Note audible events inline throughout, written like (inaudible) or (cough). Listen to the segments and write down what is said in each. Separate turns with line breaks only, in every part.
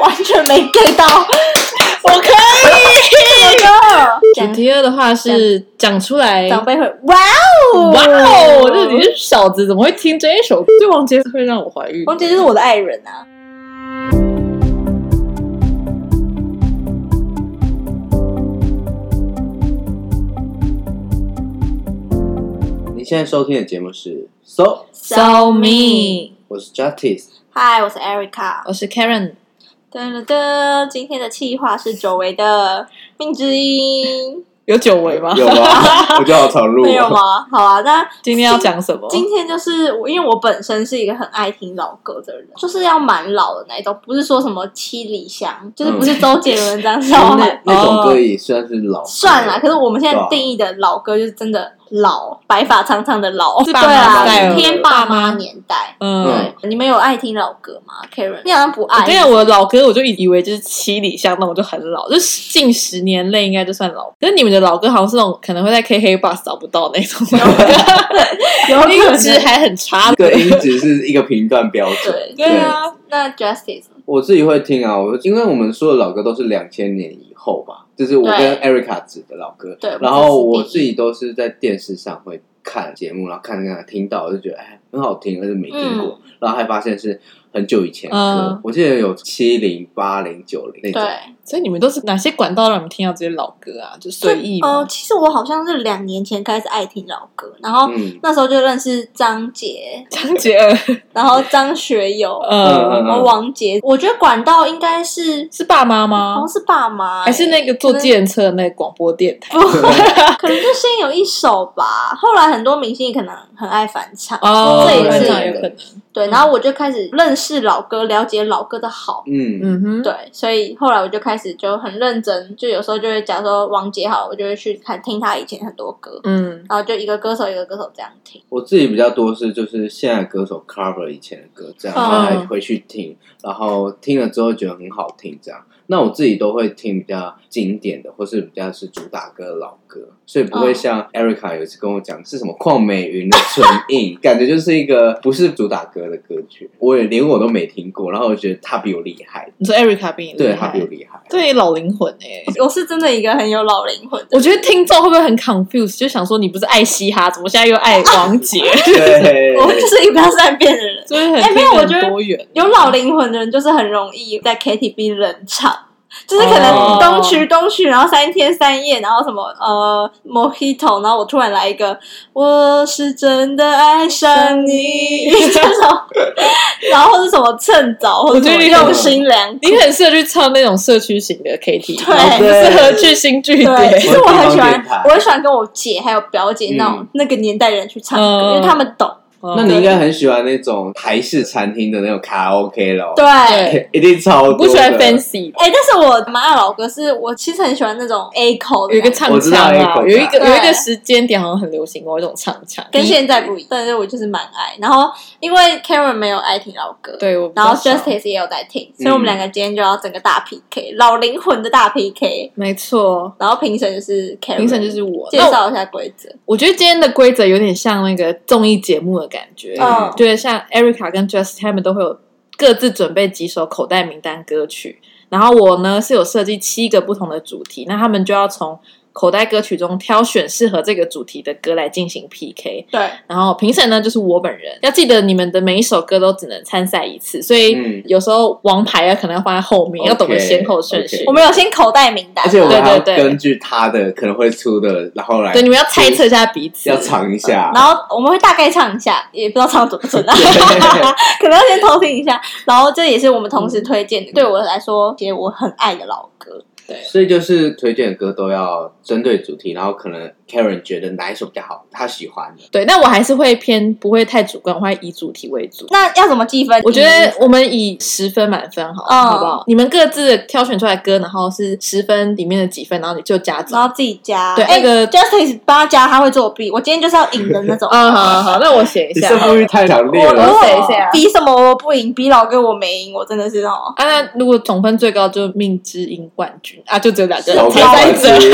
完全没 get 到，我可以。什么
主题二的话是讲出来，
歌？长
哇
辈会哇哦
哦，这你是小子，怎么会听这一首？对王杰会让我怀孕。
王杰就是我的爱人啊。
你现在收听的节目是 So，
So me，
我
(laughs)
是 Justice，
嗨，我是 Erica。
我是 Karen，
噔噔噔，今天的企划是久违的命之音，
有久违吗？
有吗？我就好常录，哦
没有？吗？好啊，那
今天要讲什么？
今天就是我，因为我本身是一个很爱听老歌的人，就是要蛮老的那一种，不是说什么七里香，就是不是周杰伦这样子
嗯
哦
(laughs) 那种歌也算是老歌，
算啦，可是我们现
对
在
啊
定义的老歌就是真的老，白发苍苍的老，
是
对
爸妈代
啊，
了
偏爸妈年代。
嗯
嗯，
你们有爱听老歌吗，Karen？你好像不爱，
对啊，我老歌我就以为就是七里香那种就很老，就是近十年内应该就算老。可是你们的老歌好像是那种可能会在 KK bus 找不到那种， (laughs)
有可
音
能
质还很差。
这音质是一个评断标准。
(laughs) 对
对啊，
那 Justice
我自己会听啊，我因为我们说的老歌都是两千年以后吧，就是我跟 Erica 指的老歌。
对
然
我们
后
是
我
第一
自己都是在电视上会看节目，然后看看听到，我就觉得哎很好听，但是没
嗯
听过，然后还发现是很久以前的歌。
嗯
我记得有七零、八零、九零那种。
对，
所以你们都是哪些管道让你们听到这些老歌啊？就随意
呃，
吗？
其实我好像是两年前开始爱听老歌，然后
嗯
那时候就认识张杰，
张杰呃儿，
然后张学友，
呃，
嗯
然后王杰。我觉得管道应该是
是爸妈
好
吗
像？是爸妈欸，
还是那个坐
可能
电车的那个广播电台？
可能就先有一首吧。后来很多明星可能很爱翻唱，
哦，
这也
有可
是
能有可能。
对。然后我就开始认识老歌，了解老歌的好。(laughs)
(laughs) 嗯
嗯哼，
对，所以后来我就开始就很认真，就有时候就会假如说王杰好，我就会去看听他以前很多歌，
嗯，
然后就一个歌手一个歌手这样听。
我自己比较多是就是现在歌手 cover 以前的歌，这样
嗯
然后来回去听，然后听了之后觉得很好听，这样。那我自己都会听比较经典的，或是比较是主打歌的老歌，所以不会
嗯
像 Erica 有一次跟我讲是什么邝美云的《唇印》， (laughs) 感觉就是一个不是主打歌的歌曲，我也连我都没听过，然后我觉得他比我厉害，
你说 Erica 比你厉
对他
害
比我，厉害，
对老灵魂哎。
我是真的一个很有老灵魂的
我觉得听众会不会很 confused，就想说你不是爱嘻哈，怎么现在又爱王
(laughs)
杰？ (laughs)
对
人，我就是一个比较善变的人。
所以很
哎没有
听得
我觉得
很多元。
有老灵魂的人就是很容易在 KTV 冷场。就是可能
哦
东区东区，然后三天三夜，然后什么呃 Mojito，然后我突然来一个我是真的爱上
(laughs)
你这种，然后是什么趁早，或
我
者
觉
什
得
么
你很
用心良苦，
你很适合去唱那种社区型的 KTV，
对
不适合去新据
对，其
点。
实我很喜欢
我很喜欢，
我很喜欢跟我姐还有表姐那种
嗯
那个年代人去唱
嗯
歌，因为他们懂，
那你应该很喜欢那种台式餐厅的那种卡拉 OK 咯，
对，哎，
对，
(laughs) 一定
我
超多的。
哦不喜欢 fancy，
但是我蛮爱老歌，是我其实很喜欢那种 A 口的
有一个
感觉
唱
我知道
腔啊，
Echo
有一个
对
有一个时间点好像很流行哦，有一种唱腔。
跟
你
现在不一样，但是我就是蛮爱。然后因为 Karen 没有爱听老歌，，
对我比较
然后
少
Justice 也有在听，所以我们
嗯
两个今天就要整个大 PK，老灵魂的大 PK。
没错，
然后评审就是 Karen，
评审就是我。
介
那我
绍一下规则，
我觉得今天的规则有点像那个综艺节目的感觉，
嗯
对，像 Erica 跟 Just 他们都会有各自准备几首口袋名单歌曲，然后我呢是有设计七个不同的主题，那他们就要从口袋歌曲中挑选适合这个主题的歌来进行 PK，
对，
然后评审呢就是我本人，要记得你们的每一首歌都只能参赛一次，所以
嗯
有时候王牌啊可能要放在后面，
OK，
要懂得先后顺序
OK
我。们有先口袋名单
而，且我 (laughs) 们还要
对对对
根据他的可能会出的，然后来
对，你们要猜测一下彼此，
要尝一下。
然后我们会大概唱一下，也不知道唱得准不准啊， (laughs) 可能要先偷听一下。然后这也是我们同时推荐的，对我来说，其实我很爱的老歌。
所以就是推荐的歌都要针对主题，然后可能 Karen 觉得哪一首比较好，他喜欢的。
对，但我还是会偏不会太主观，我会以主题为主。
那要怎么计分？
我觉得我们以十分满分好了，
嗯
好不好？你们各自挑选出来歌，然后是十分里面的几分，然后你就加总
然。后自己加。
对
哎
那个
Justice 帮他加，他会作弊。我今天就是要赢的那 (laughs) 种。
嗯，好好好，那我写一
你
下。
胜负欲太强烈
我如
了，
果
谁谁啊
比什么我不赢，比老哥我没赢，我真的是哦。
啊，那如果总分最高就命之音冠军啊，就只有两个人，
小
猜 (laughs)
高
猜
玩
者。
具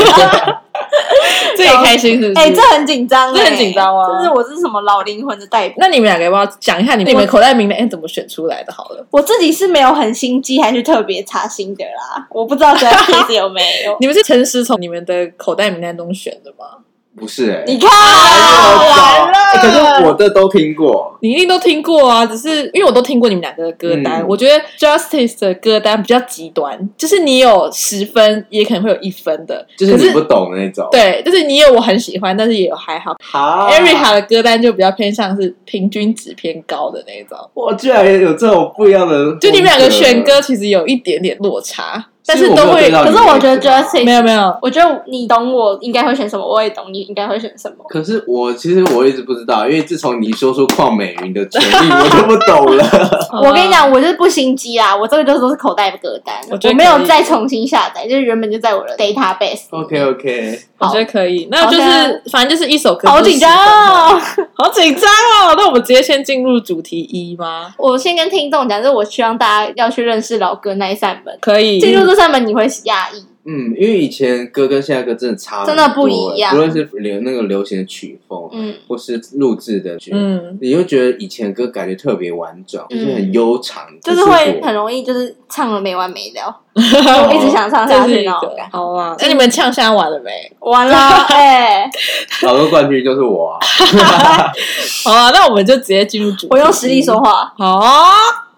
这也开心是不是？
哎、这很紧张、
这很紧张啊
这是我这是什么老灵魂的代表？
那你们两个要不要讲一下你们你们口袋名单哎怎么选出来的？好了，
我自己是没有很心机，还是特别查心的啦。我不知道 j u s t i c 有没 (laughs) 有。
你们是诚实从你们的口袋名单中选的吗？
不是哎、
你
(laughs) 欸，
看，
还
完了，
是我找哎可是我的都听过，
你一定都听过啊，只是因为我都听过你们两个的歌单，
嗯
我觉得 Justice 的歌单比较极端，就是你有十分，也可能会有一分的，
就是
可
你不懂的那种。，
对，就是你有我很喜欢，但是也有还好。
好
Erica 的歌单就比较偏向是平均值偏高的那一种，
我居然有这种不一样的，
就你们两个选歌，其实有一点点落差，但
其
是
实我
都
没有
会
对到
可是我觉得 j u s t i c
没有没有，
我觉得你懂我应该会选什么，我也懂你应该会选什么。
可是我其实我一直不知道，因为自从你说出邝美云的权利，我就不
(laughs)
懂了。
我跟你，讲，我就是不心机啦，我这个就是都是口袋歌单，
我觉得
没
可
有
以
再重新下载，就是原本就在我的 database 里。
OK OK，
我觉得可以，那就
好
是
的
反正就是一首歌，
好紧张哦！ (laughs)
好紧张哦。那我们直接先进入主题一吗？
我先跟听众讲，就是我希望大家要去认识老歌那一扇门，
可以
进入这扇门你会压抑。
嗯，因为以前歌跟现在歌真的差很
真的不
多欸
一样
不论是流那个流行的曲风，
嗯，
或是录制的曲，
嗯，
你会觉得以前的歌感觉特别婉转，
嗯
就是很悠长，
就是
可
会
我
很容易就是唱了没完没
(laughs)
了，我一直想唱
这
下
是
去
一
那种
个
感
好啊。那你们呛虾 (laughs) 完了没？
觉。完 (laughs) 了，哎，
(laughs) 老歌冠军就是我啊。
好啊，那我们就直接进入主题。
我用实力说。话。
好啊，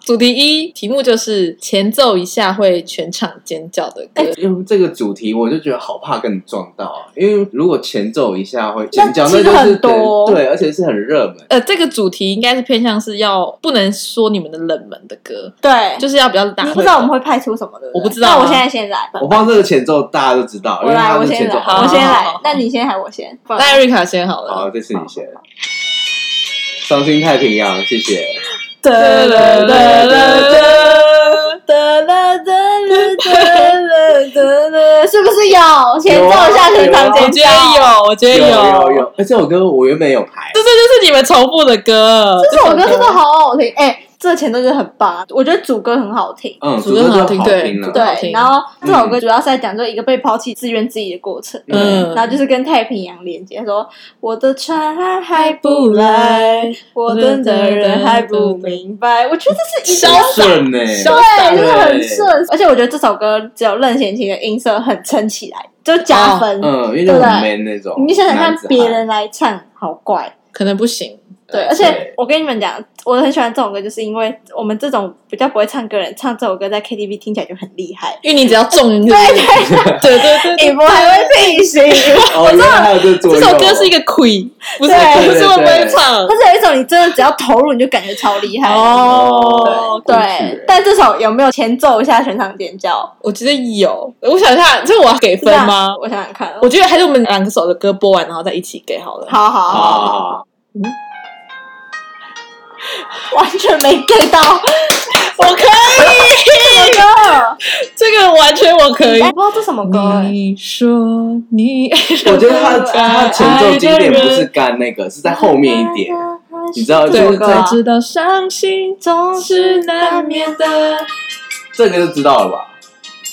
主题一，题目就是前奏一下会全场尖叫的
哎
歌。
因为这个主题，我就觉得好怕跟你撞到啊！因为如果前奏一下会
那
尖叫，
其
那
实
就是
很多
对，而且是很热门。
(laughs)
呃，这个主题应该是偏向是要不能说你们的冷门的歌，
对，
(laughs) 就是要比较大。
哎你不知道我们会派出什么，对不对
我不知道啊
那我现在先来吧
我。放这个前奏，大家都知道，
我
因为
来，
它
我
的
先
前奏
来，
好
我先
好好
来
好。
那你先，还我先？不然
那瑞卡先好
好，
了。
这次你先。伤心太平洋，谢谢。
哒
哒
啦哒
哒哒
啦哒
哒
哒啦哒啦哒啦 (laughs) 哒啦， (laughs) 是不是
(laughs)
有前奏下全场
我
尖
觉
叫？
得啊有，我觉得
有有，而且我歌我原本有排
这，这就是你们重复的歌。
这首歌真的好好
嗯
听，哎，这前奏就很棒，我觉得主歌很好听。
嗯，
主
主
歌
歌
哦很好
就
听
听了。
对好
对
听，
然后这首歌主要是在讲说一个被抛弃、自怨自艾的过程，
嗯，
然后就是跟太平洋连接，说我的船还不来，我等的人还不明白，我觉得这是一个
潇
顺呢，
嗯
对，就是很
对
顺，而且我觉得这首歌只有任贤齐的音色很撑起来，就加分。
嗯，因为就很 man 那种。
嗯
你想想看
男，子汉
别人来唱好怪，
可能不行。
对，
对
而且我跟你们讲，我很喜欢这种歌，就是因为我们这种比较不会唱歌的人唱这首歌在 KTV 听起来就很厉害，
因为你只要中，对对对对对，
你不还会变 (laughs) 形，
哦，原来还有这作
这
用
首歌是一个 queen，不是
对
不是会不
对对
会
对
唱
但是有一种你真的只要投入，你就感觉超厉害。
哦
哦。
对
过去，
但这首有没有前奏一下全场尖叫？
我觉得有，我想一下，这我要给分吗？
我想想看，
我觉得还是我们两个首的歌播完，然后再一起给好了。
好好好，
啊，
完全没 get 到
我可以，
歌，
这个完全我可以
哎。不知道这什么歌哎。
你说你，
我觉得他他的前奏经典不是干那个，是在后面一点。你知道
这首歌啊
才知道伤心
总
是难免的。
这个就知道了吧？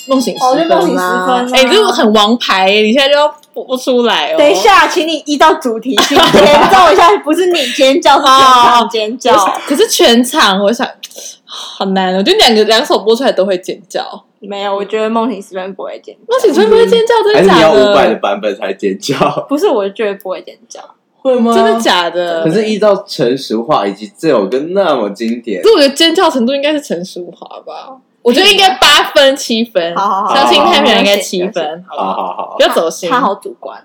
梦醒时
哦就
分
梦醒时
啦
分啊
哎，你这个很王牌，你现在就要播不出来哦。
等一下，请你依照主题去前奏一下，不是你尖叫，是全场尖叫。
可是全场，我想好难哦。我觉得两个两首播出来都会尖叫。
没有，我觉得梦醒时分不会尖叫，
梦醒会不会尖叫？
还
真
是
的
你
假
要五百的
的？
版本才尖叫？
不是，我觉得不会尖叫。
会吗
真的假的？
可是依照成熟化以及这首歌那么经典
可，是我觉得尖叫程度应该是陈淑华吧？我觉得应该八分七分，
好好好
相信
好好
太平洋应该
了解
七分，好不
好
好？
好好啊
不，要走心。
他好主观。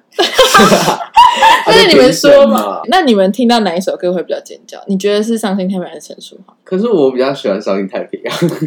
但是你们说嘛
嘛？，
那你们听到哪一首歌会比较尖叫？你觉得是伤心太平洋还是陈淑桦？
可是我比较喜欢《伤心太平洋》啊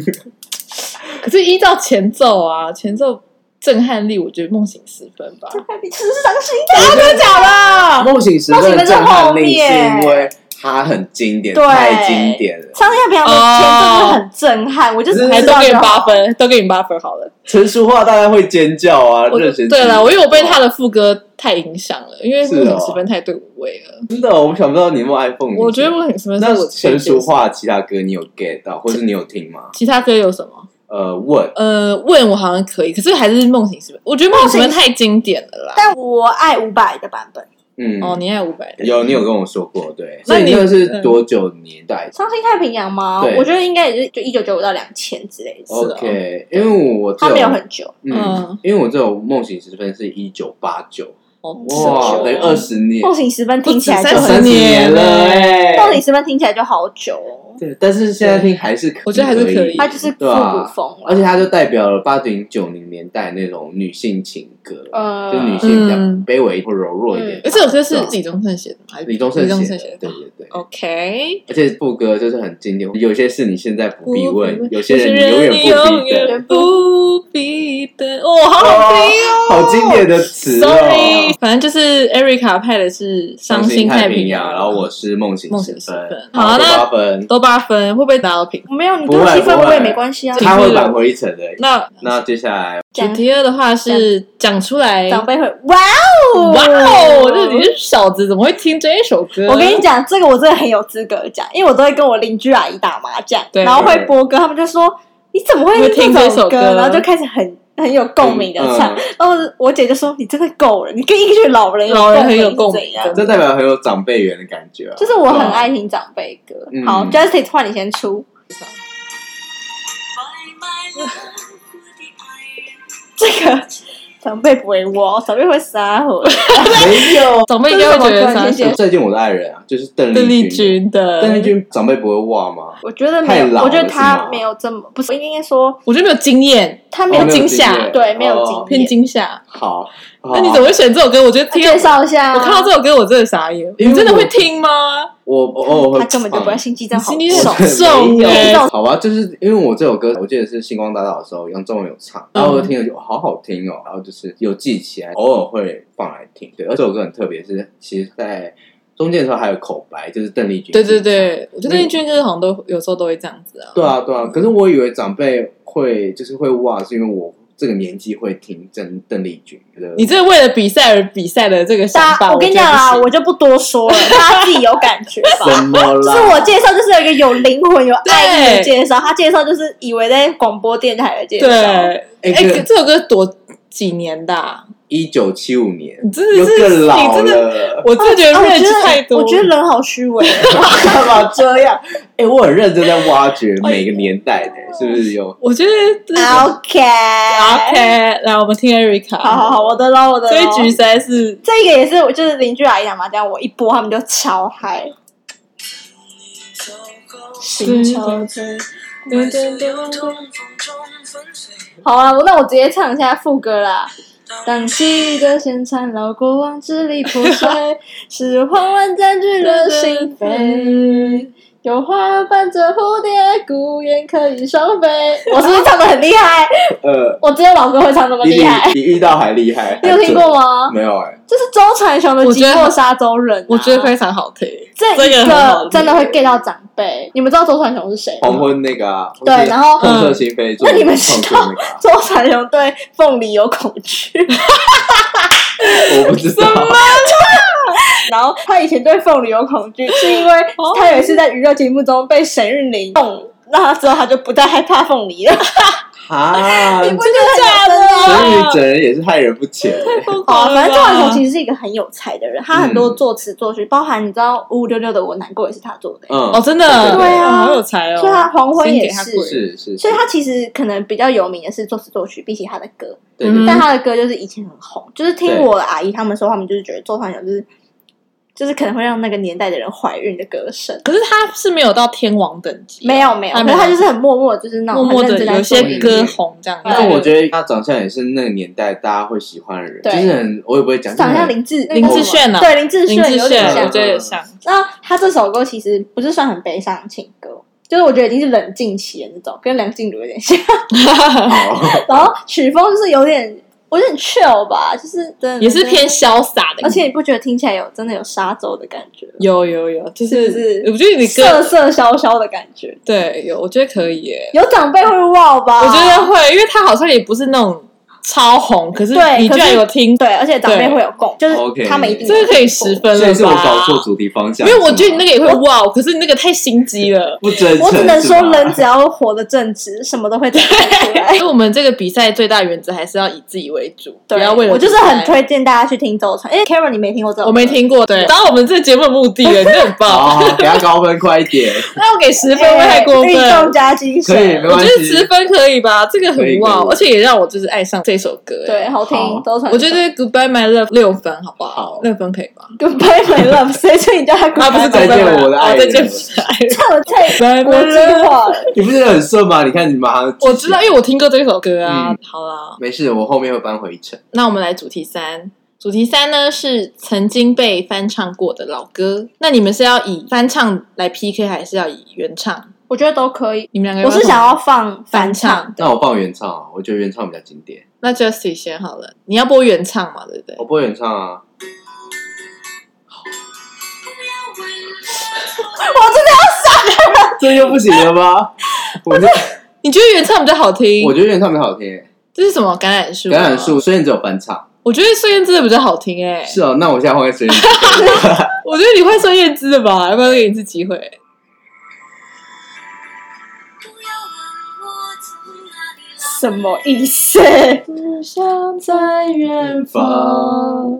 可是依照前奏啊，前奏震撼力，我觉得梦醒时分吧。啊
你只是伤心，
真的假
《梦醒时分》的震撼力是因为它很经典，
对
太经典了。
伤心太平洋的前奏就很震撼，我就
还
是
都给你八。分，啊都给你八分好了。
成熟化大家会尖叫啊！
我
任贤齐
对了，我因为我被他的副歌太影响了，因为
是
梦醒
哦
时分太对我味了。
真的，我想不到你有没有爱凤梨。
我觉得梦醒时分是
嗯那
我
成
全
熟化其他歌你有 get 到，或是你有听吗？
其他歌有什么？
呃问，
呃，问我好像可以，可是还是梦醒时分。我觉得梦醒时分太经典了啦。
但我爱伍佰的版本，
嗯，
哦，你爱伍佰的，
有你有跟我说过，对，
那
所以
你嗯
那个是多久年代
《伤心太平洋》吗？
对
我觉得应该也是就一九九五到两千之类的，
哦
？OK，因为我
它
这
没有很久。
嗯
嗯，因为我这种梦醒时分是一九八九，
哦
哇，等于二十年，
梦醒时分听起来
不
就
止
很
30
三 (laughs) 十年了哎、
梦醒时分听起来就好久哦，
对，但是现在听还是可以
我觉得还是可以
它就是复
对
古
啊
风了
而且它就代表了八零九零年代那种女性情歌，
呃
就女性比较
嗯
卑微或柔弱一点。
而这首歌是李宗盛写的吗？还是
哦李宗
嗯
盛
李
写
宗
的，
写的
对对对。
？OK，
而且副歌就是很经典，有些事你现在不必问，有些
些
人你
你
永远不
永
必等。
远不必等。哦，好好听哦
好经典的词哦。
！Sorry，反正就是 Erica 派的是《伤
心
心太
平
洋》，
然后我是梦醒
梦
时
醒时分
好，
好那
八分，
都八分，会不会打到平？
没有你
不
多
会
七分
不会
我也没关系啊，
他会返回一层的。
那
那接下来
讲
主题二的话是讲出来。
长辈会哇哦
哇哦，这你是小子，怎么会听这一首歌？
我跟你讲，这个我真的很有资格讲，因为我都会跟我邻居阿姨打麻将，
对
然后会播歌，他们就说你怎么会
会听
这
这首
歌
歌？
然后就开始很很有共鸣的唱。
嗯
然后我姐就说：“你真的够了，你跟一群老人
老人很有
共
共
鸣
鸣
是怎样
真的
这代表很有长辈缘的感觉啊。
就是我很爱听长辈歌。
嗯
好 j u s t i c 换你先出，这个长辈不会我，长辈会撒谎。
没有，
长辈应该会觉得
这是什么歌
啥？
最近我的爱人啊，就是邓
邓丽
丽，
君的，
邓丽，君长辈不会忘吗？
我觉得没有
太老，了
我觉得
是
他
吗
没有这么不是，应该说
我觉得没有经验，
他没
没
有
有
哦
惊吓
经验
对没有
哦
经
偏惊吓。
好，啊
那
那
你怎么会选这首歌？我觉得天
介，绍一下啊。
我看到这首歌我真的傻眼，
因为
你
我
真的会听吗？
我我
哦
偶尔会
他根本就不会
放
心机，真好
啊心机很
重。
我真的
重
没有
欸
好吧，就是因为我这首歌，我记得是星光大道的时候，杨宗纬有唱，然后我就听了就好好听哦，然后就是有记起来，偶尔会放来听。对，而这首歌很特别，是其实在中间的时候还有口白，就是邓丽君。
对对。对，我觉得邓丽君歌好像都有时候都会这样子啊。
对啊，对啊。可是我以为长辈会就是会哇，是因为我这个年纪会听邓邓丽君的。
你这为了比赛而比赛的这个想
大家，
法，
我跟你讲
啊
啊，，我就不多说了，大家自己有感觉
(laughs)
吧。
怎么
就
啦？
是我介绍，就是有一个有灵魂、有爱意的
对
介绍。他介绍就是以为在广播电台的介绍，啊
对，哎，
哎
可这首歌多几年的啊？
一九七五年，
你真的
又
是，
更
你
老
真的，
了。
我真的觉得
啊我觉
range 太
得
多
我
了。
觉得人好虚
(laughs)
伪，
(laughs) 干嘛这样？哎、我很认真在挖
哎
掘每个年代的，是不是有？
我觉得这
啊 OK
啊 OK，来我们听 Erica。
好好好，我的喽，我的咯。
这一局实在是
这个也是，我就是邻居阿姨打麻将，我一播他们就超嗨。心憔悴。
噔噔噔
好啊，那我直接唱一下副歌 (laughs) 啦。当记忆的线缠绕过往，支离破碎，是慌乱占据了 (laughs) 心扉。有花伴着蝴蝶，孤雁可以双飞。 (laughs) 我是不是唱的很厉害？
呃，
我只有老歌会唱这么
你
厉害，
比你遇到还厉害，
(laughs) 你有听过吗？
没有、哎，
这是周传雄的《
我
寂
觉得
寞沙洲人》啊
我觉得非常好听。
这
这个
一
很好
个
听
真的会 get 到长辈。你们知道周传雄是谁吗？
黄昏那个啊，
对
或是
然后嗯
痛彻心扉做
那你们
创
知
作
道
那个啊，
(laughs) 周传雄对凤梨有恐惧，
我不知道， (laughs)
然后他以前对凤梨有恐惧，是因为
哦
他有一次在娱乐节目中被沈玉玲动，那他之后他就不再害怕凤梨了。
哈，
你不 (laughs) 觉得很真的吗？
所以整人也是害人不浅、
(laughs) 好，啊反正周传雄其
实
实是一个很有才的人，他很
嗯
多作词作曲，包含你知道五五六六的《我难过》也是他做的， (laughs)
嗯，
哦，真的
对啊
哇好有才哦。
所以他黄昏
先
也
给他
是
跪
是是，
所以他其实可能比较有名的是作词作曲，比起他的歌，
对对
嗯
但他的歌就是以前很红，就是听
对
我的阿姨他们说，他们就是觉得周传雄就是就是可能会让那个年代的人怀孕的歌声。
可是他是没有到天王等级，
没有没有，
他
可
啊没
是
有
他就是很默默，就是那
默
种
默
很认
的
真在
有
做
些
音
歌
乐
红这样。 (laughs)
对
但我
得
觉得他长相也是那个年代大家会喜欢的人，
对
就是很，我也不会讲，
长得像
就是很
林志
林志炫
呢，
啊
对林志
林志
有点
炫，
像
我。觉得也像。
那他这首歌其实不是算很悲伤情歌，就是我觉得已经是冷静期的那种，跟梁静茹有点像。
(laughs)
(laughs) 好，
然后曲风就是有点，我有点 chill 吧，就是真的
也是偏，潇洒的，
而且你不觉得听起来有真的有沙洲的感觉吗，
有有有，就是
不是
我觉得你
瑟
歌
瑟萧萧的感觉。
对有，我觉得可以耶。
有长辈会哇吧？
我觉得会，因为他好像也不是那种超红，可是
对
你居
可
然
是
有听，
对，而且长辈
对
会有共，就是
OK
他们一定
这个可以
识。
十分
所
了
以是我
吧？
搞错主题方向。
没有，我觉得你那
个
个也会哇哦，可是你那个太心机了。(laughs)
不真诚，
我只能说
是，吧 (laughs)
人只要活得正直，什么都会长出来
所。以我们这个比赛最大原则还是要以自己为主，
(laughs)
不 (laughs)
对，
要为了
我就是
比赛
很推荐大家去听周传，因为 Karen 你没听过这首歌，
我没听过，对，当我们这节目的目的
(laughs)
了，你真的很棒。
好，好给他高分哦快一点，
那我给十
哎，
分会太过分，
运动加精
可以，没
神，
我
关
觉
系
得。十分可以吧，这个
可以
很哇
可以，
而且也让我就是爱上这首歌。
对，
哎，
好听
好。
周传，
我觉得 Goodbye My Love 六分好不好
好？
六分可以吧？
Goodbye My Love，谁说你叫他
啊，不是
Goodbye？
再
Goodbye
见
My
我
Love，
的爱
哦
人
再见我的
这样太
(laughs) 爱人。
国际化了。
你不是很顺吗？你看你马上，
我知道，因为我听过这首歌
嗯
啊。好啦，
没事，我后面会搬回一城。
那我们来主题三。主题三呢是曾经被翻唱过的老歌，那你们是要以翻唱来 PK，还是要以原唱？
我觉得都可以。
你们两个
我
有没有
是
什么
想要放
翻
翻
唱
唱，
那我放原唱啊，我觉得原唱比较经典。
那 Justy 先好了，你要播原唱嘛，对不对
我？不会原唱啊，
(laughs)
这又不行了吗？我
(laughs)
这
你觉得原唱比较好听？
我觉得原唱比较好听。
这是什么橄榄树？啊
橄榄树，虽然只有翻唱，
我觉得孙燕姿的比较好听哎、
是哦。那我现在换个声音，
我觉得你会孙燕姿的吧？要不要给你一次机会？
什么意思？
只想在远
方。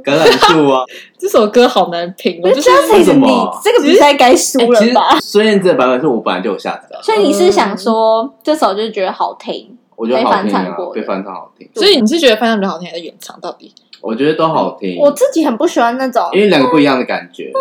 橄榄
(laughs)
树啊，
这首歌好难评， (laughs) 我
我
就
觉
是
得
为
Justin，
什么
你这个比赛该输
哎其
了
实
吧？
孙燕姿的版本是我本来就有下载的，
所以你是想说这首就觉得好听，
我觉得好
被
听
翻
啊
唱，过的
被翻唱好听，
所以你是觉得翻唱比较好听，还是原唱？到底
我觉得都好听。
我自己很不喜欢那种
因为两个不一样的感觉，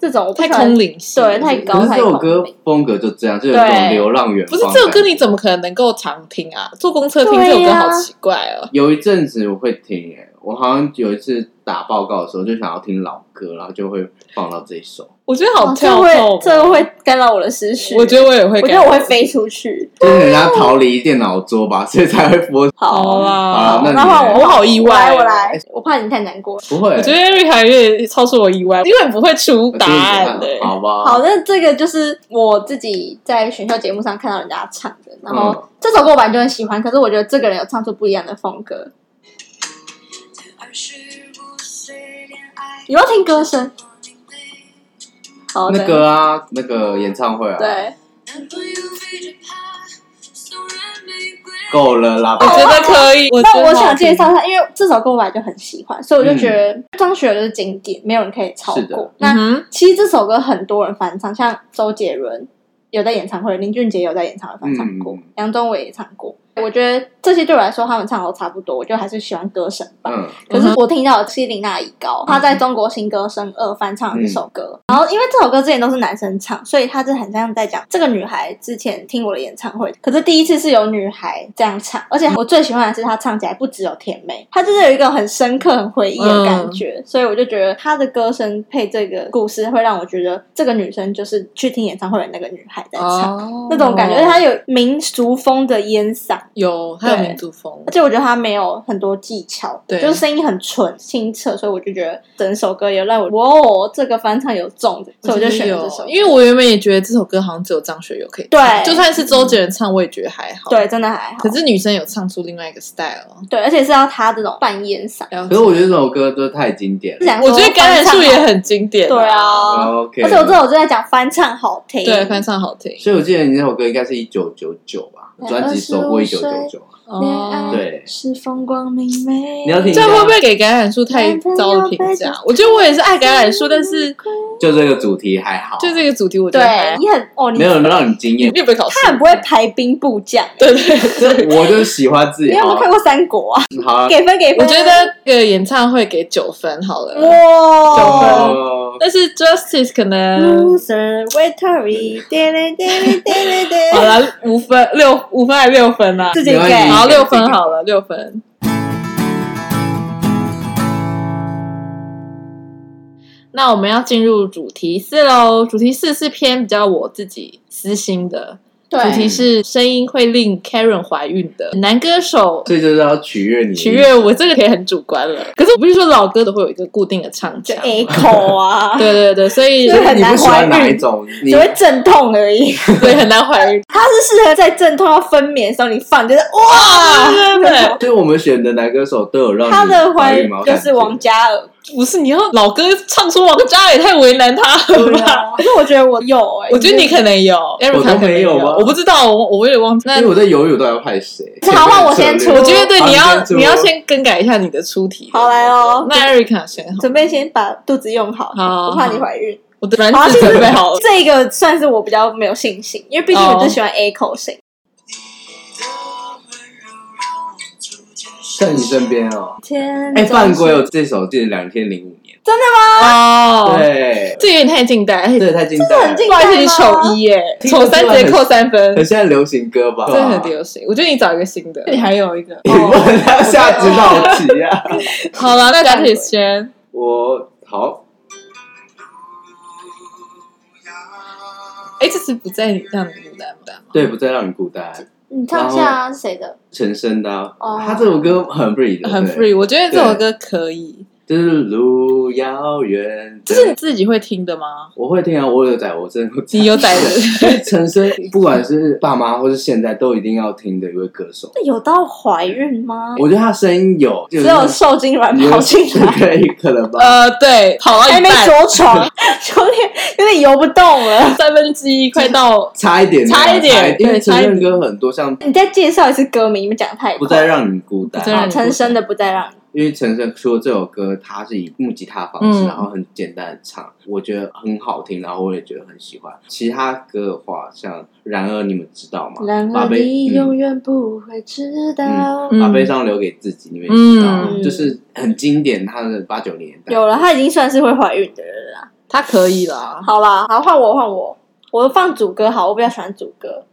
这种，我不
太
喜
空
欢。
灵系？
对太
可
高
是这
太
首
空
歌
灵
风格就这样，就有一种
对
流浪远
不
方。
是这首歌，你怎么可能能够常听啊？坐公车听这首
对
歌
啊
好奇怪哦。
有一阵子我会听、欸，我好像有一次打报告的时候就想要听老歌，然后就会放到这一首，
我觉得好
哦这
跳
会
动，
这个会干扰我的思绪。
我觉得我也会，
我觉得我会。飞出去。
就是人家逃离电脑桌吧，所以才会播。
好
好，啦
好，那你
那换
呢
啊我，
我好意外哦
我来，我来，我怕你太难过。
不会，
我觉得瑞凯越超出我意外，因为你不会出
我
答案的、
好吧，
好，那这个就是我自己在选秀节目上看到人家唱的，然后、
嗯
这首歌我本来就很喜欢，可是我觉得这个人有唱出不一样的风格。你要听歌声，好的
那个啊，那个演唱会啊，，
对，
够了啦，
我觉得可以。
哦那
觉得
我
好
想介
听嗯
绍他，因为这首歌我本来就很喜欢，所以我就觉得张学友就是经典，没有人可以超
是的
过。那、
嗯
其实这首歌很多人翻唱，像周杰伦有在演唱会，林俊杰有在演唱会翻唱过
嗯，
梁宗伟也唱过。我觉得这些对我来说，他们唱的都差不多，我就还是喜欢歌神吧。
嗯，
可是我听到的是林娜以高，她在中国新歌声二翻唱这首歌，然后因为这首歌之前都是男生唱，所以她就很像在讲这个女孩之前听我的演唱会，可是第一次是有女孩这样唱，而且我最喜欢的是她唱起来不只有甜美，她就是有一个很深刻、很回忆的感觉，所以我就觉得她的歌声配这个故事，会让我觉得这个女生就是去听演唱会的那个女孩在唱。
哦
那种感觉，而且她有民族风的烟嗓，
有，他有
对
民族风
而。且我觉得他没有很多技巧，
对
就是声音很纯清澈，所以我就觉得整首歌有让我哇、哦，这个翻唱有中的，所以我就选了这首，
因为我原本也觉得这首歌好像只有张学友可以唱，
对
就算是周杰伦唱，我也觉得还好。，
对真的还好，
可是女生有唱出另外一个 style 哦。
对，而且是要他这种半烟嗓，
了解
可是我觉得这首歌都太经典
是
了。
讲
我
说
觉得橄榄树也很经典、
对啊，
哦 OK，
而且我这首就在讲翻唱好听，
对，翻唱好听。
所以我记得你那首歌应该是一九九九吧，专辑首播一九九九，
恋爱
哦，
对
是风光明媚，
你要听
这样会不会给橄榄树太糟的评价？我觉得我也是爱橄榄树，但是
就这个主题还好，
就这个主题，我觉得还
对
好
你很哦，你
没有让你惊艳。
(laughs)
你有没有考试？
他很不会排兵布将，
对对对。
我就喜欢自
你
己，
有没
好
有看过《三国》啊？
好啊，
给分 (laughs) 给分，
哦我觉得这个演唱会给九分好了，
哇。
哦
但是 Justice 可能
嗯 Loser Victory，滴哩滴哩滴哩滴。
好了，五分六五分还是六分啊？
自己
没关系
给
然后六分好了，六分。那我们要进入主题四喽。主题四是偏比较我自己私心的，主
对
题是声音会令 Karen 怀孕的男歌
嗯
手。
所以就是要取悦你，
取悦我这个可以很主观了，可是我不是说老歌都会有一个固定的唱
就
腔，
echo 啊，
(laughs) 对对对，所以
就
那
很
你
难
不喜欢
怀
哪一
孕
种？你
只会阵痛而已。
对很难怀孕。
它是适合在阵痛要分娩的时候你放，就是哇，
对对对，
就是我们选的男歌手都有让
他
你
的
怀
怀
孕吗？我感
就
觉
是王嘉尔，
不是你要老歌唱出王嘉尔也太为难他了
对
吧？
啊可是我觉得我有哎，
我觉得你可能有，
都
Erica 可能
没有吗
我不知道，我我有点忘记。那
因为我在犹豫我到底要派谁。
是好换我先出
我觉得对
好
你
你
要
先出
你要先更改一下你的出题。
好来哦，
那 Erica 选好，
准备先把肚子用好，
好
我怕你怀孕。
我的卵
好，
子
其实
准备好哦了。
这个算是我比较没有信心，因为毕竟我就喜欢 A 口型。
在你身边哦。
天，
哎，犯规哦！这首是两千零五年，
哦，
啊对，
这有点太近代，而且
这太近代了，
很近
不好意思，你丑一耶，
听
丑
得出来
三直接扣三分
可， (laughs) 现在流行歌吧，
这很流行。我觉得你找一个新的，你还有一个。
(laughs) 你问他下指导棋啊！
好了，那贾铁轩，
(laughs) 我好，
哎，这次不在让你孤单不单吗？
对，不再让你孤单，
你唱一下啊是谁的？
陈升的啊
哦，
他这首歌很 free 的，
很
对
free，我觉得这首歌可以，
就是路遥远，
这是你自己会听的吗？
我会听啊，我有在，我真的有在
你有逮着？(laughs)
因为陈升，不管是爸妈或是现在，都一定要听的一位歌手。
那有到怀孕
嗯
吗？
我觉得他声音有，只
只有受精卵跑进来，
(laughs) 可以可能吧。
啊呃，对，跑到
还
一
没
半，
着 (laughs) 床，有点有点游不动了。
三分之一快到
差一点，
差一点
因为
对
陈
差一
升歌很多，像《
你再介绍一次歌名，你们讲太
不再
快。
让你孤单
不》再让
好
你
陈升的不再让你，
因为陈升说这首歌，他是以木吉他方式，
嗯
然后很简单的唱，我觉得很好听，然后我也觉得很喜欢。其他歌的话，像《然而》，你们知道吗？
然
把
而
悲
你永
嗯
远不会知道。
嗯
把悲伤留给自己，你们也知道吗，
嗯
就是很经典，他的八九年代
有了，她已经算是会怀孕的人了啦。
他可以啦。
好啦，好换我换我，我放主歌好，我比较喜欢主歌。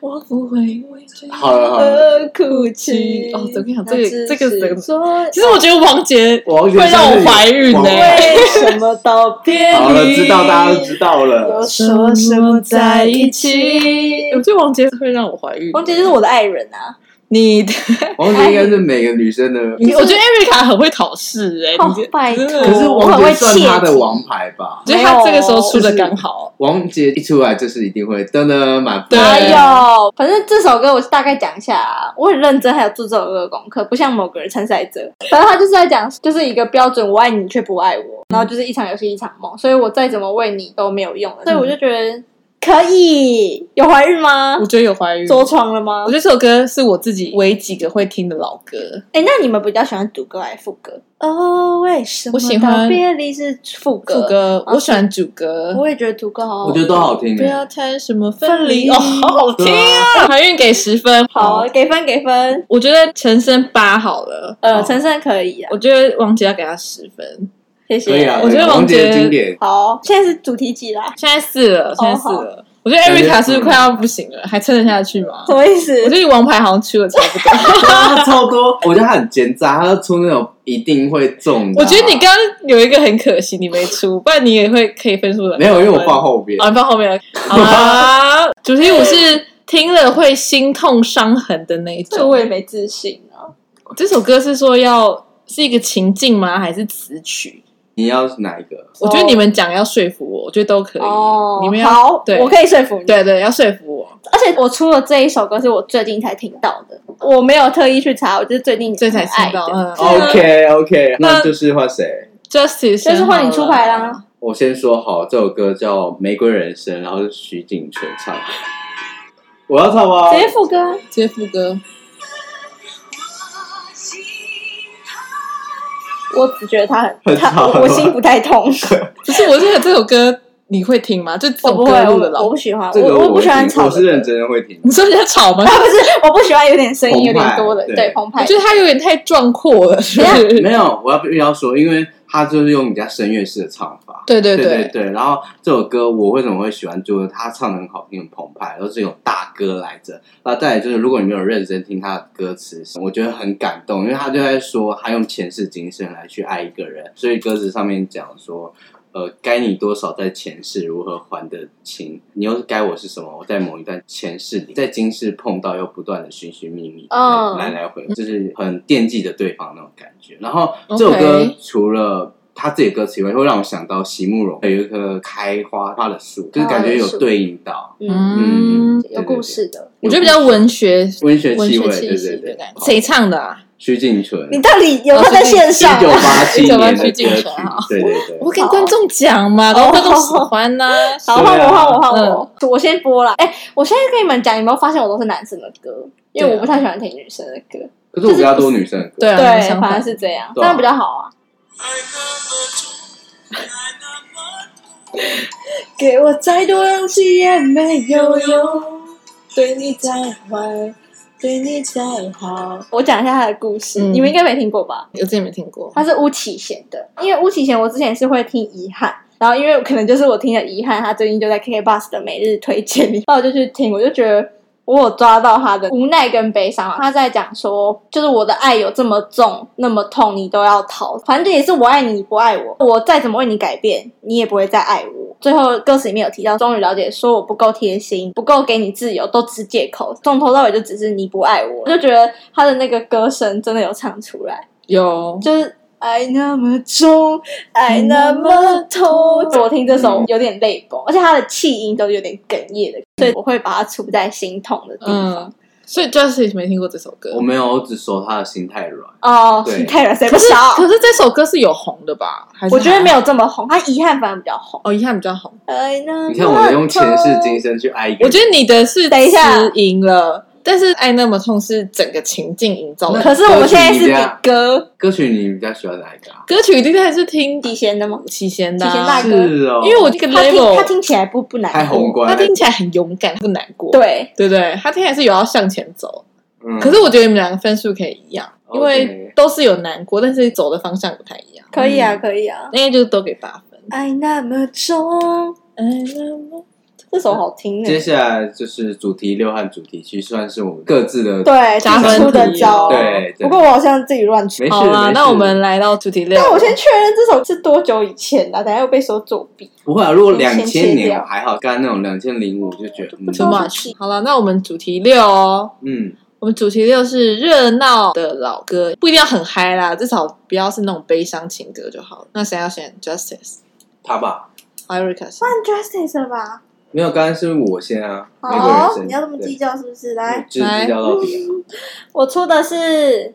我不会为这
好了好了，
呃，哭泣。
哦怎么讲这个这个怎么
说？
其实我觉得王杰
我
会让我怀孕呢、
为什么道别离？
好了，知道大家都知道了
又。说什么在一起？
我觉得王杰会让我怀孕。
王杰就是我的爱人啊！
你的，
王杰应该是每个女生的，
你我觉得 Erica 很会考试哎、
哦
你这，
拜托，
真的
可是
我
王
很
杰
会
算他的
窃
王牌吧。
我觉得他这个时候出的刚好。
王杰一出来就是一定会噔噔满分
喜。
对
哎呦，反正这首歌我大概讲一下、啊，我很认真，还有做这首歌的功课，不像某个人参赛者。反正他就是在讲，就是一个标准，我爱你却不爱我，然后就是一场游戏一场梦，所以我再怎么为你都没有用了。所以我就觉得可以，有怀孕吗
我？觉得有怀孕。
着床了吗
嗯我觉？得这首歌是我自己唯几个会听的老歌，
哎、那你们比较喜欢主歌还是副歌？哦，为什么
我喜欢
道别离是副歌？
主，歌
啊
我喜欢主歌。
我也觉得主歌好好。
我觉得都好听欸
不。要谈什么分
分
离
离
哦，好好啊听啊！怀孕给十分，
好，给分给分。
我觉得陈升八好了，
呃，
好
陈胜可以啊，
我觉得王杰要给他十分。
谢
可以
谢。
啊，
我觉得
王
王
杰
杰
的经典。
好，现在是主题集啦，
现在四
哦
了，现在四了。我觉得
感觉
Erica 是不是快要不行了，还撑得下去
(laughs)
吗？
什么意思
我觉？得你王牌好像去了差不多。
他超多，我觉得他很奸诈，他出那种一定会中的
我
啊。
觉得你刚刚有一个很可惜，你没出，不然你也会可以分数的。
没有，因为我放后边
啊，。你放后面了。
(laughs)
好啦，主题舞是听了会心痛伤痕的那一
这我
种。
也没自信啊。
这首歌是说要是一个情境吗？还是词曲？
你要是哪一个？
我觉得你们讲要说服我，我觉得都可以。
哦
你们，要
好，
对
我可以说服你。
对对要说服我，
而且我出了这一首歌是我最近才听到的，我没有特意去查，我就是最近
这才
爱
听
的
到。。嗯
对啊
OK OK，
那
那就是换谁？
，Justice
就是换你
先好
出
了
牌啦，
我先说好，这首歌叫《玫瑰人生》，然后是徐锦泉唱。的。我要唱吗
直？接副歌啊，
直接副歌。
我只觉得他很
很
他，
吵
我我心不太痛，
不是，我是想这首歌你会听吗？就这
我
种
不会，
歌
我
录的
不我
老
不喜欢，
这个
我不
会
喜欢
听
吵
我
的
是认真的会听。
你说人家吵吗？
啊， (laughs) 不是，我不喜欢有点声音有
澎
点
湃
多的，
对
对，澎湃
我觉。得他有点太壮阔了，是不是？
没有，我要必须要说，因为他就是用比较声乐式的唱法。
对对
对对
对，
对，然后这首歌我为什么会喜欢，就是他唱的很好听，很澎湃，然后是有大歌来着。那再来就是，如果你没有认真听他的歌词，我觉得很感动，因为他就在说他用前世今生来去爱一个人，所以歌词上面讲说。呃，该你多少在前世如何还得清？你又是该我是什么？我在某一段前世里，在今世碰到，又不断的寻寻觅觅，
嗯
来来回，就是很惦记着对方那种感觉。然后这首歌
OK
除了他自己的歌词以外，会让我想到席慕容有一个开花花的树，就是感觉有对应到
嗯，
嗯
嗯，
有故事的。
我觉得比较文学
温学
文
气
学
味，
气
对
息
对
的
对
感，觉。谁唱的啊？
徐静纯，
你到底有没有在线
一
上
九
啊？
八七年的歌
1987
曲
年啊，
对对对，
我给观众讲嘛，然后观众喜欢呢。
好，换我，换我，换我
啊嗯，
我先播啦。哎，我现在跟你们讲，有没有发现我都是男生的歌？因为
对啊
我不太喜欢听女生的歌。
可是我比较多女生的歌，
对啊，
对，
相
反而
反
是这样，这
对啊
样比较好啊。给我再多勇气也没有用，对你再坏，对你再好。我讲一下他的故事，
嗯
你们应该没听过吧？
我之前没听过。
他是巫启贤的，因为巫启贤我之前是会听遗憾，然后因为可能就是我听了遗憾，他最近就在 KK Bus 的每日推荐里，那我就去听，我就觉得。我有抓到他的无奈跟悲伤啊，他在讲说，就是我的爱有这么重，那么痛，你都要逃。反正也是我爱你，你不爱我，我再怎么为你改变，你也不会再爱我。最后歌词里面有提到，终于了解，说我不够贴心，不够给你自由，都只借口，从头到尾就只是你不爱我。我就觉得他的那个歌声真的有唱出来。
有，
就是爱那么重，爱那么痛。我听这首有点泪崩，而且它的气音都有点哽咽的，所以我会把它处在心痛的地方。
嗯，所以 Justice 没听过这首歌
我。没有，我只说他的心太软，
哦，
对
心太软，谁不
可是
晓？
可是这首歌是有红的吧？还是
我觉得没
有。
有这么红，它遗憾反而比较红。
哦，遗憾比较红。
爱那么
你看我用前世今
痛。
生去爱一
嗯
个人，
我觉得你的是
等一下
词赢了，但是爱那么痛是整个情境营造的。
可是我们现在是
歌曲一样
比歌
歌曲你比较喜欢哪一个啊？
歌曲一定还是听
底弦的吗？
七弦的
七弦大
啊，
哥
是哦，
因为我这个
他听他
level，
听起来不不难过，
太宏观
他
了，
听起来很勇敢，不难过。
对，
对不对，他听起来是有要向前走。
嗯
可是我觉得你们两个分数可以一样，因
OK
为都是有难过，但是走的方向不太一样，
可以啊，
嗯
可以啊。
应该就是都给八分。
爱那么重，这首好听欸
接
呢。
下来就是主题六和主题七，算是我们各自的
对，
加
自己
分
出的
题
招。
对对
不过我好啊像自己乱出。
没事
好啦，
没事
那我们来到主题
啊
六。
但我先确认这首是多久以前的、等下又被说作弊。
不会啊，如果两
先切
千年
掉
我还好，刚刚那种两千零五就觉得嗯
道
too much。好了，那我们主题六哦，
嗯，
我们主题六是热闹的老歌，不一定要很嗨啦，至少不要是那种悲伤情歌就好了。那谁要选 Justice？
他吧，
艾瑞克斯
换 Justice 了吧？
没有，刚刚是我先啊，
好、
那个人生，
哦你要这么计
对，
较是不是？来，
直计较到底啊，
我出的是。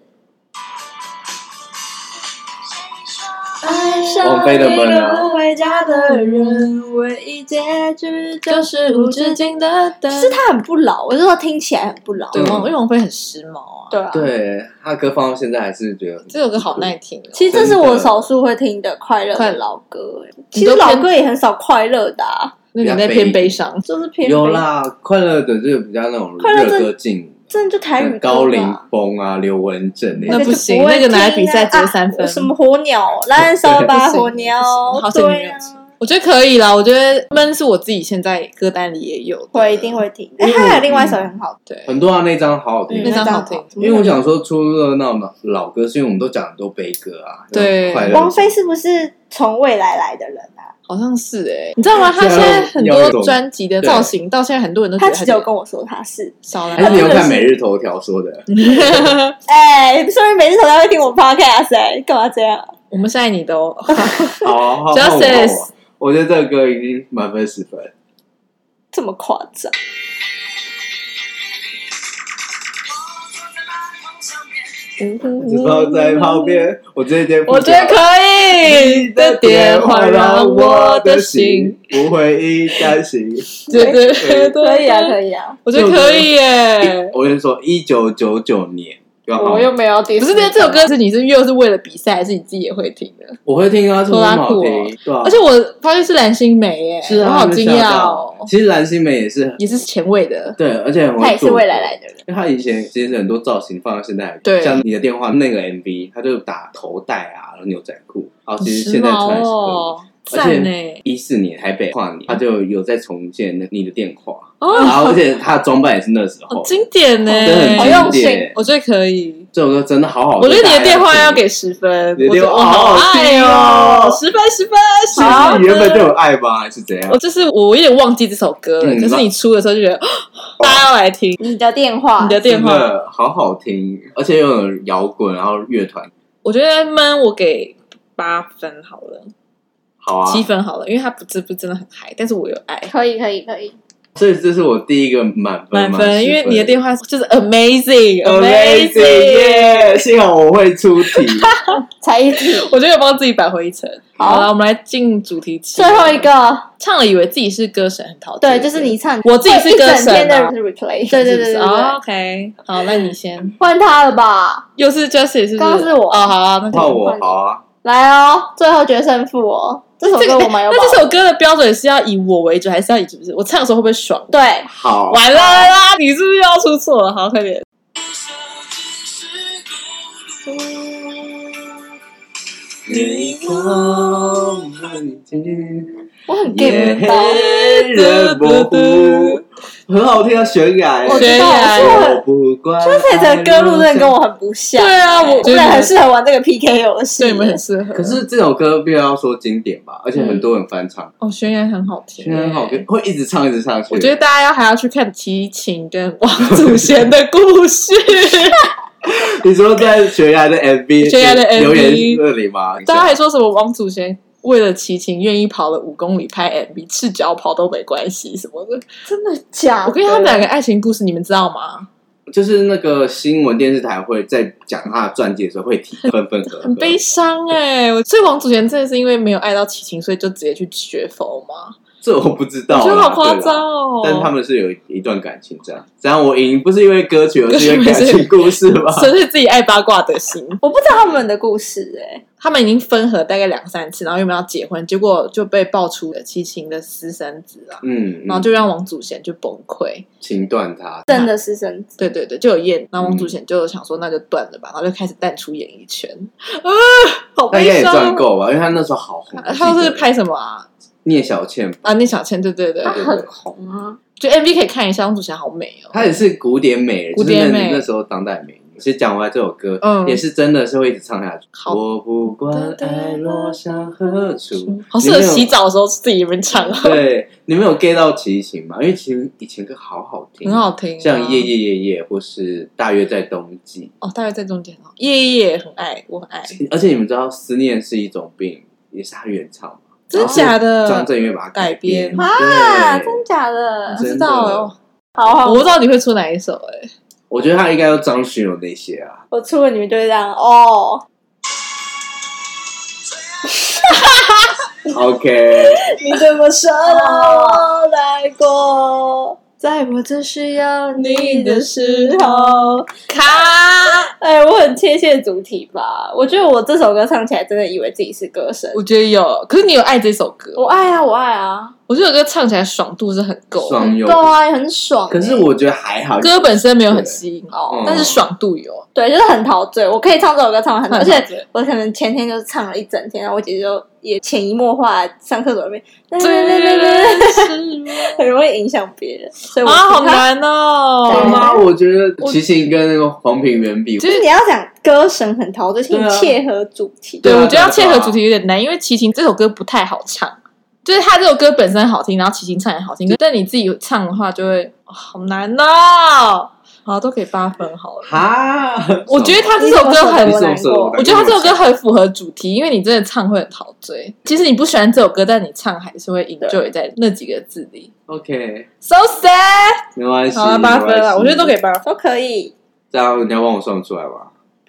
爱
王菲的梦啊
回家的人，唯一结局
就是无止。境的等。
是他很不老，我是说听起来很不老。
对，
嗯
王因为王菲很时髦啊。
对，啊，
对，他歌放到现在还是觉得
这首歌好耐听哦。
其实这是
真
我
的
少数会听的快乐
快
的
乐
老歌、欸。
你
其
都
实老
偏
歌也很少快乐的、啊，
那你在偏悲伤，
就是偏
有
悲
啦，快乐的就是比较那种
快乐
热
真
歌劲舞。
真的就台语歌吧
高凌风啊、刘文正那
那
种，
不行
就会
那个拿来比
听啊
赛直接三分
啊什么火鸟，燃烧吧
不行
火鸟
不行，好险你没
对
有
啊，
我觉得可以啦。我觉得闷是我自己现在歌单里也有的，
会一定会听。哎，
因为
他还有另外一
嗯
首也很好
对。
很多啊，那张好好听
听，
那
那
张
张
好
好
听
听
因为我想说出热闹的老歌，是因为我们都讲很多悲歌啊，
对
快乐
王菲是不是从未来来的人啊？
好像是哎、你知道吗？他
现在
现在很
有一
多
种
专辑的造型，到现在很多人都觉
他
得
其实有
他
跟我说他是，
少
还是你
(laughs) 来。
有看每日头条说的？
哎，所以每次头他会听我 podcast，哎，干嘛这样？
我们是爱你的哦。
好好
Justice
好我觉得这个歌已经满分十分。
这么夸张？
只泡在旁边，我这天
(laughs) 我觉得可以。，
你的电话让我的心不会一担心。
对对对，
可以啊，可
以，
以啊，
我觉得可以耶。
我跟你说，一九九九年，刚好
我又没有 diss 你，
不是，那这首歌是你是又是为了比赛，还是你自己也会听的？
我会听啊，这么好
拖拉
听
裤，
对啊
而，且我发现是蓝心湄耶，
是啊，
我好惊
没想
讶
到
哦，
其实蓝心湄也是很
也是前卫的。
对，而且很会
他也是
做
未来来的人。
因为他以前其实很多造型放到现在，
对
像你的电话那个 MV，他就打头带啊，然后牛仔裤，然后其实
时
现在穿
髦
也是可以
哦，
而
赞
且
呢！
一四年台北跨年，他就有在重建那你的电话，然
哦，
后而且他的装扮也是那时
好
候，
经典呢，
啊哦真的很
好
经
用心
典。哦
我觉得可以。
这首歌真的好好听，
我觉得你的电话
大家
要
听
给十分，
你的
我觉
电
得我
话
好
好好
爱
听
哦
哦，
十分十分，
是
好
不
的
是原本啊就有爱吧，还是怎样
我？哦就是我有点忘记这首歌了，
嗯
可是你出的时候就觉得哦大家要来听
你的电话，
你的电
真
话。
的好好听，而且又有摇滚，然后乐团，
我觉得闷我给八分好了，
好啊
七。分好了，因为它不是不是真的很嗨，但是我有爱
可以可以可以，
所以这是我第一个满分
满
嘛，
分，因为你的电
话
话就是 amazing
amazing 耶！ (laughs) 幸好我会出题，
才一题，
我觉得有帮自己扳回一城。
好
好了，我们来进主题曲。
最后一，个，
唱了以为自己是歌神，很淘气。
对，就是你唱，
我自己是
一
歌
整
神
天的
啊
replay，对对对对
是
对
不是哦
对，
OK，好，那你先，
换他了吧，
又是 Justice，是不
刚刚是我
哦，好啊，那就
换我好啊。
来哦，最后决胜负哦，这首
这
歌
个
我蛮有把握，
那 (laughs) 这首歌的标准是要以我为主，还是要以是不是？我唱的时候会不会爽？
对，
好，
完了啦，你是不是又要出错了？好，快点。
你走，你进，
我很 get 不到，
夜人模糊，很好听啊，悬崖，
我知道，
悬崖
我很
我不管，
就是这首歌路真的跟我很不像，
对啊，我
真的很适合玩这个 PK 游戏，
对你们很适合。
可是这首歌必须要说经典吧，而且很多人翻唱，
哦，悬崖很好听，
虽然好听，。会一直唱一直唱去。
我觉得大家要还要去看齐秦跟王祖贤的
(laughs)
故事，
你说在悬崖的 MV，
悬崖的 MV
留言这里吗？
大家还说什么王祖贤为了齐秦愿意跑了五公里拍 MV，赤脚跑都没关系什么的。
真的假的？
我跟你说他们两个爱情故事，你们知道吗？
就是那个新闻电视台会在讲他的传记的时候会提分分合合，
(laughs) 很悲伤哎、我所以王祖贤真的是因为没有爱到齐秦，所以就直接去学佛吗？
(laughs) 这我不知道
我
啊，
觉得好夸
对
张
啦。
哦。
但他们是有一段感情这样，然后我赢不是因为歌曲，而是因为感情故事
(laughs)
吧？
纯粹自己爱八卦的心。
我不知道他们的故事哎、
他们已经分合大概两三次，然后原本要结婚，结果就被爆出了齐秦的私生子啊，
嗯，
然后就让王祖贤就崩溃。
情断他，
真的是真的。
对对对，就有验，然后王祖贤就想说那就断了吧，然后就开始淡出演艺圈。啊，好
他应该
悲
也赚
伤。
够吧？因为他那时候好红，
哎他
我记
是
得
拍什么啊？
聂小倩，
啊，聂小倩，对对对
她，
对
很红啊，
就 MV 可以看一下，王祖贤好美哦。
她也是古典美人，
古典美
就是那那时候当代美人。其实讲完这首歌，
嗯
也是真的是会一直唱下去。
好
我不管爱落下何处，
好适合洗澡的时候自己一边唱，啊 (laughs)
对，你们有 get 到齐秦吗？因为齐秦以前歌好好听，
很好听啊。
像夜夜夜夜，或是大约在冬季。
哦，大约在中间哦。夜夜也很爱，我很爱，
而且你们知道，思念是一种病，也是他原唱嘛？
真的假的？
张震岳把它编
改
啊，
对，
真假的？
不知道哦。
好好，
我不
我
知道你会出哪一首哎、
我觉得他应该要张学友那些啊。
(laughs)
我出了你们就会这样哦。
OK，
你怎么舍得我来过？在我最需要你的时候，
卡，
哎，我很贴切主题吧？我觉得我这首歌唱起来，真的以为自己是歌神。
我觉得有，可是你有爱这首歌，
我爱啊，我爱啊，
我觉得这首歌唱起来爽度是很够的，
爽有。
够啊，很爽欸。
可是我觉得还好，
歌本身没有很吸引哦
嗯，
但是爽度有，
对，就是很陶醉，我可以唱这首歌唱得很陶
很陶
醉，而且
醉
我可能前天就唱了一整天，然后我姐姐就也潜移默化上厕所里面， (laughs)
真是
很容易影响别人，所以我
啊，好
难。
难
好
哦。
吗？我觉得齐秦跟那个黄品源比，
就是你要讲歌神很陶醉，请
对啊
切合主题。
对，
对啊
我觉得要切合主题有点难，因为齐秦这首歌不太好唱，就是他这首歌本身好听，然后齐秦唱也好听，但你自己唱的话就会哦好难哦。好，都给八分好了。
哈，
我觉得他这首
你怎
歌
么舍
很
得
你怎么
难
舍得我
过
来
我觉得他这首歌很符合主题，因为你真的唱会很陶醉。其实你不喜欢这首歌，但你唱还是会 enjoy 在那几个字里。
OK，
So sad，
没关系，
好啊了，八分
没关
了，
系
我觉得都给八分。
都可以，
这样，你要帮我算出来吗？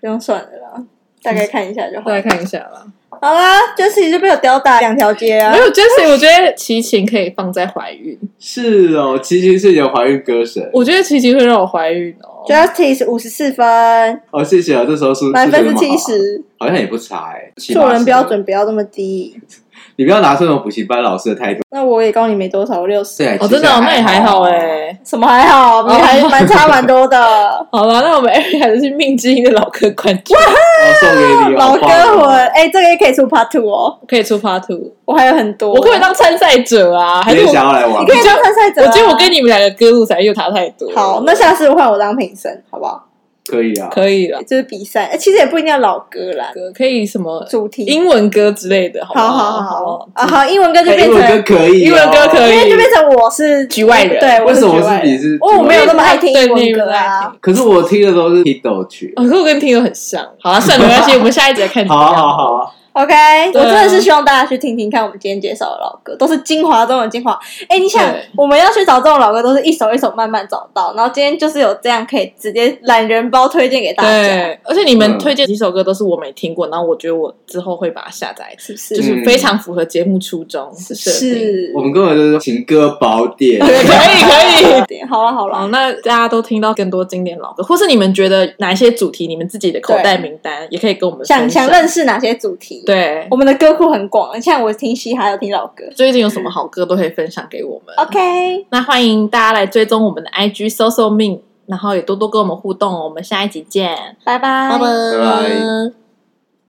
不用算了啦，大概看一下就好。
大家看一下啦。
好啦，这次就被我吊打两条街啊
没！有 Jessie，我觉得齐秦可以放在怀孕，
是哦，齐秦是你的怀孕歌神
我觉得齐秦会让我怀孕哦。
Justice 五十四分，
哦，谢谢啊，这时候是
满分是
是
七，十，
好像也不差哎，七八十
做人标准，不要这么低。
啊你不要拿这种补习班老师的态度
那我也高你没多少，我六十
对，。
哦，真的哦，
其实
那也还好哎、哎。
什么还好，你还
哦
蛮差蛮多的。
(laughs) 好了，那我们 Eric 还是命之音的老歌冠军，
哦送给你，
啊
老
好
歌
棒哦
魂，哎、这个也可以出 Part Two 哦，
可以出 Part Two。
我还有很多。
我可不可以当参赛者啊？还
你
是
也
我
想要来玩
你可以当参赛者、啊。
我觉得我跟你们两个歌路才又差太多了。
好，那下次换我当评审，好不好？
可以啊，
可以了，
就是比赛，哎其实也不一定要老歌啦，
歌可以什么
主题。
英文歌之类的，好不
好好
好
好啊，好，英文歌就
哎
变
英文
成
歌可以哦，
英文歌可以
因为就变成我是
局外人
对，我
为什么
局外人哦
是你是？
因为我没有那么爱听
对
英
你
文
们
歌
爱
啊
听。
可是我听的都是 Hito 曲。
哦可是我跟听友很像。好了，算了，没关系，我们下一集再
(laughs)
看。
好啊好啊好，啊，
OK，
对
我
啊
真的是希望大家去听听看我们今天介绍的老歌，都是精华中的精华。哎，你想
对，
我们要去找这种老歌，都是一首一首慢慢找到，然后今天就是有这样可以直接懒人包推荐给大家，
对，而且你们
嗯
推荐几首歌都是我没听过，然后我觉得我之后会把它下载，
是不是？
就是非常符合节目初衷设定。
是
我，们根本就是情歌宝
(laughs)
典。
对可以可以。
对好了好
好，
了，
那大家都听到更多经典老歌，或是你们觉得哪一些主题你们自己的口袋名单，也可以跟我们
想
分
想
享
认识哪些主题？，
对
我，们的歌库很广，你像我听嘻哈，有听老歌。
最近有什么好歌都可以分享给我们。
OK，
那欢迎大家来追踪我们的 IG 搜搜命，然后也多多跟我们互动哦。我们下一集见，
拜拜，
拜
拜
拜。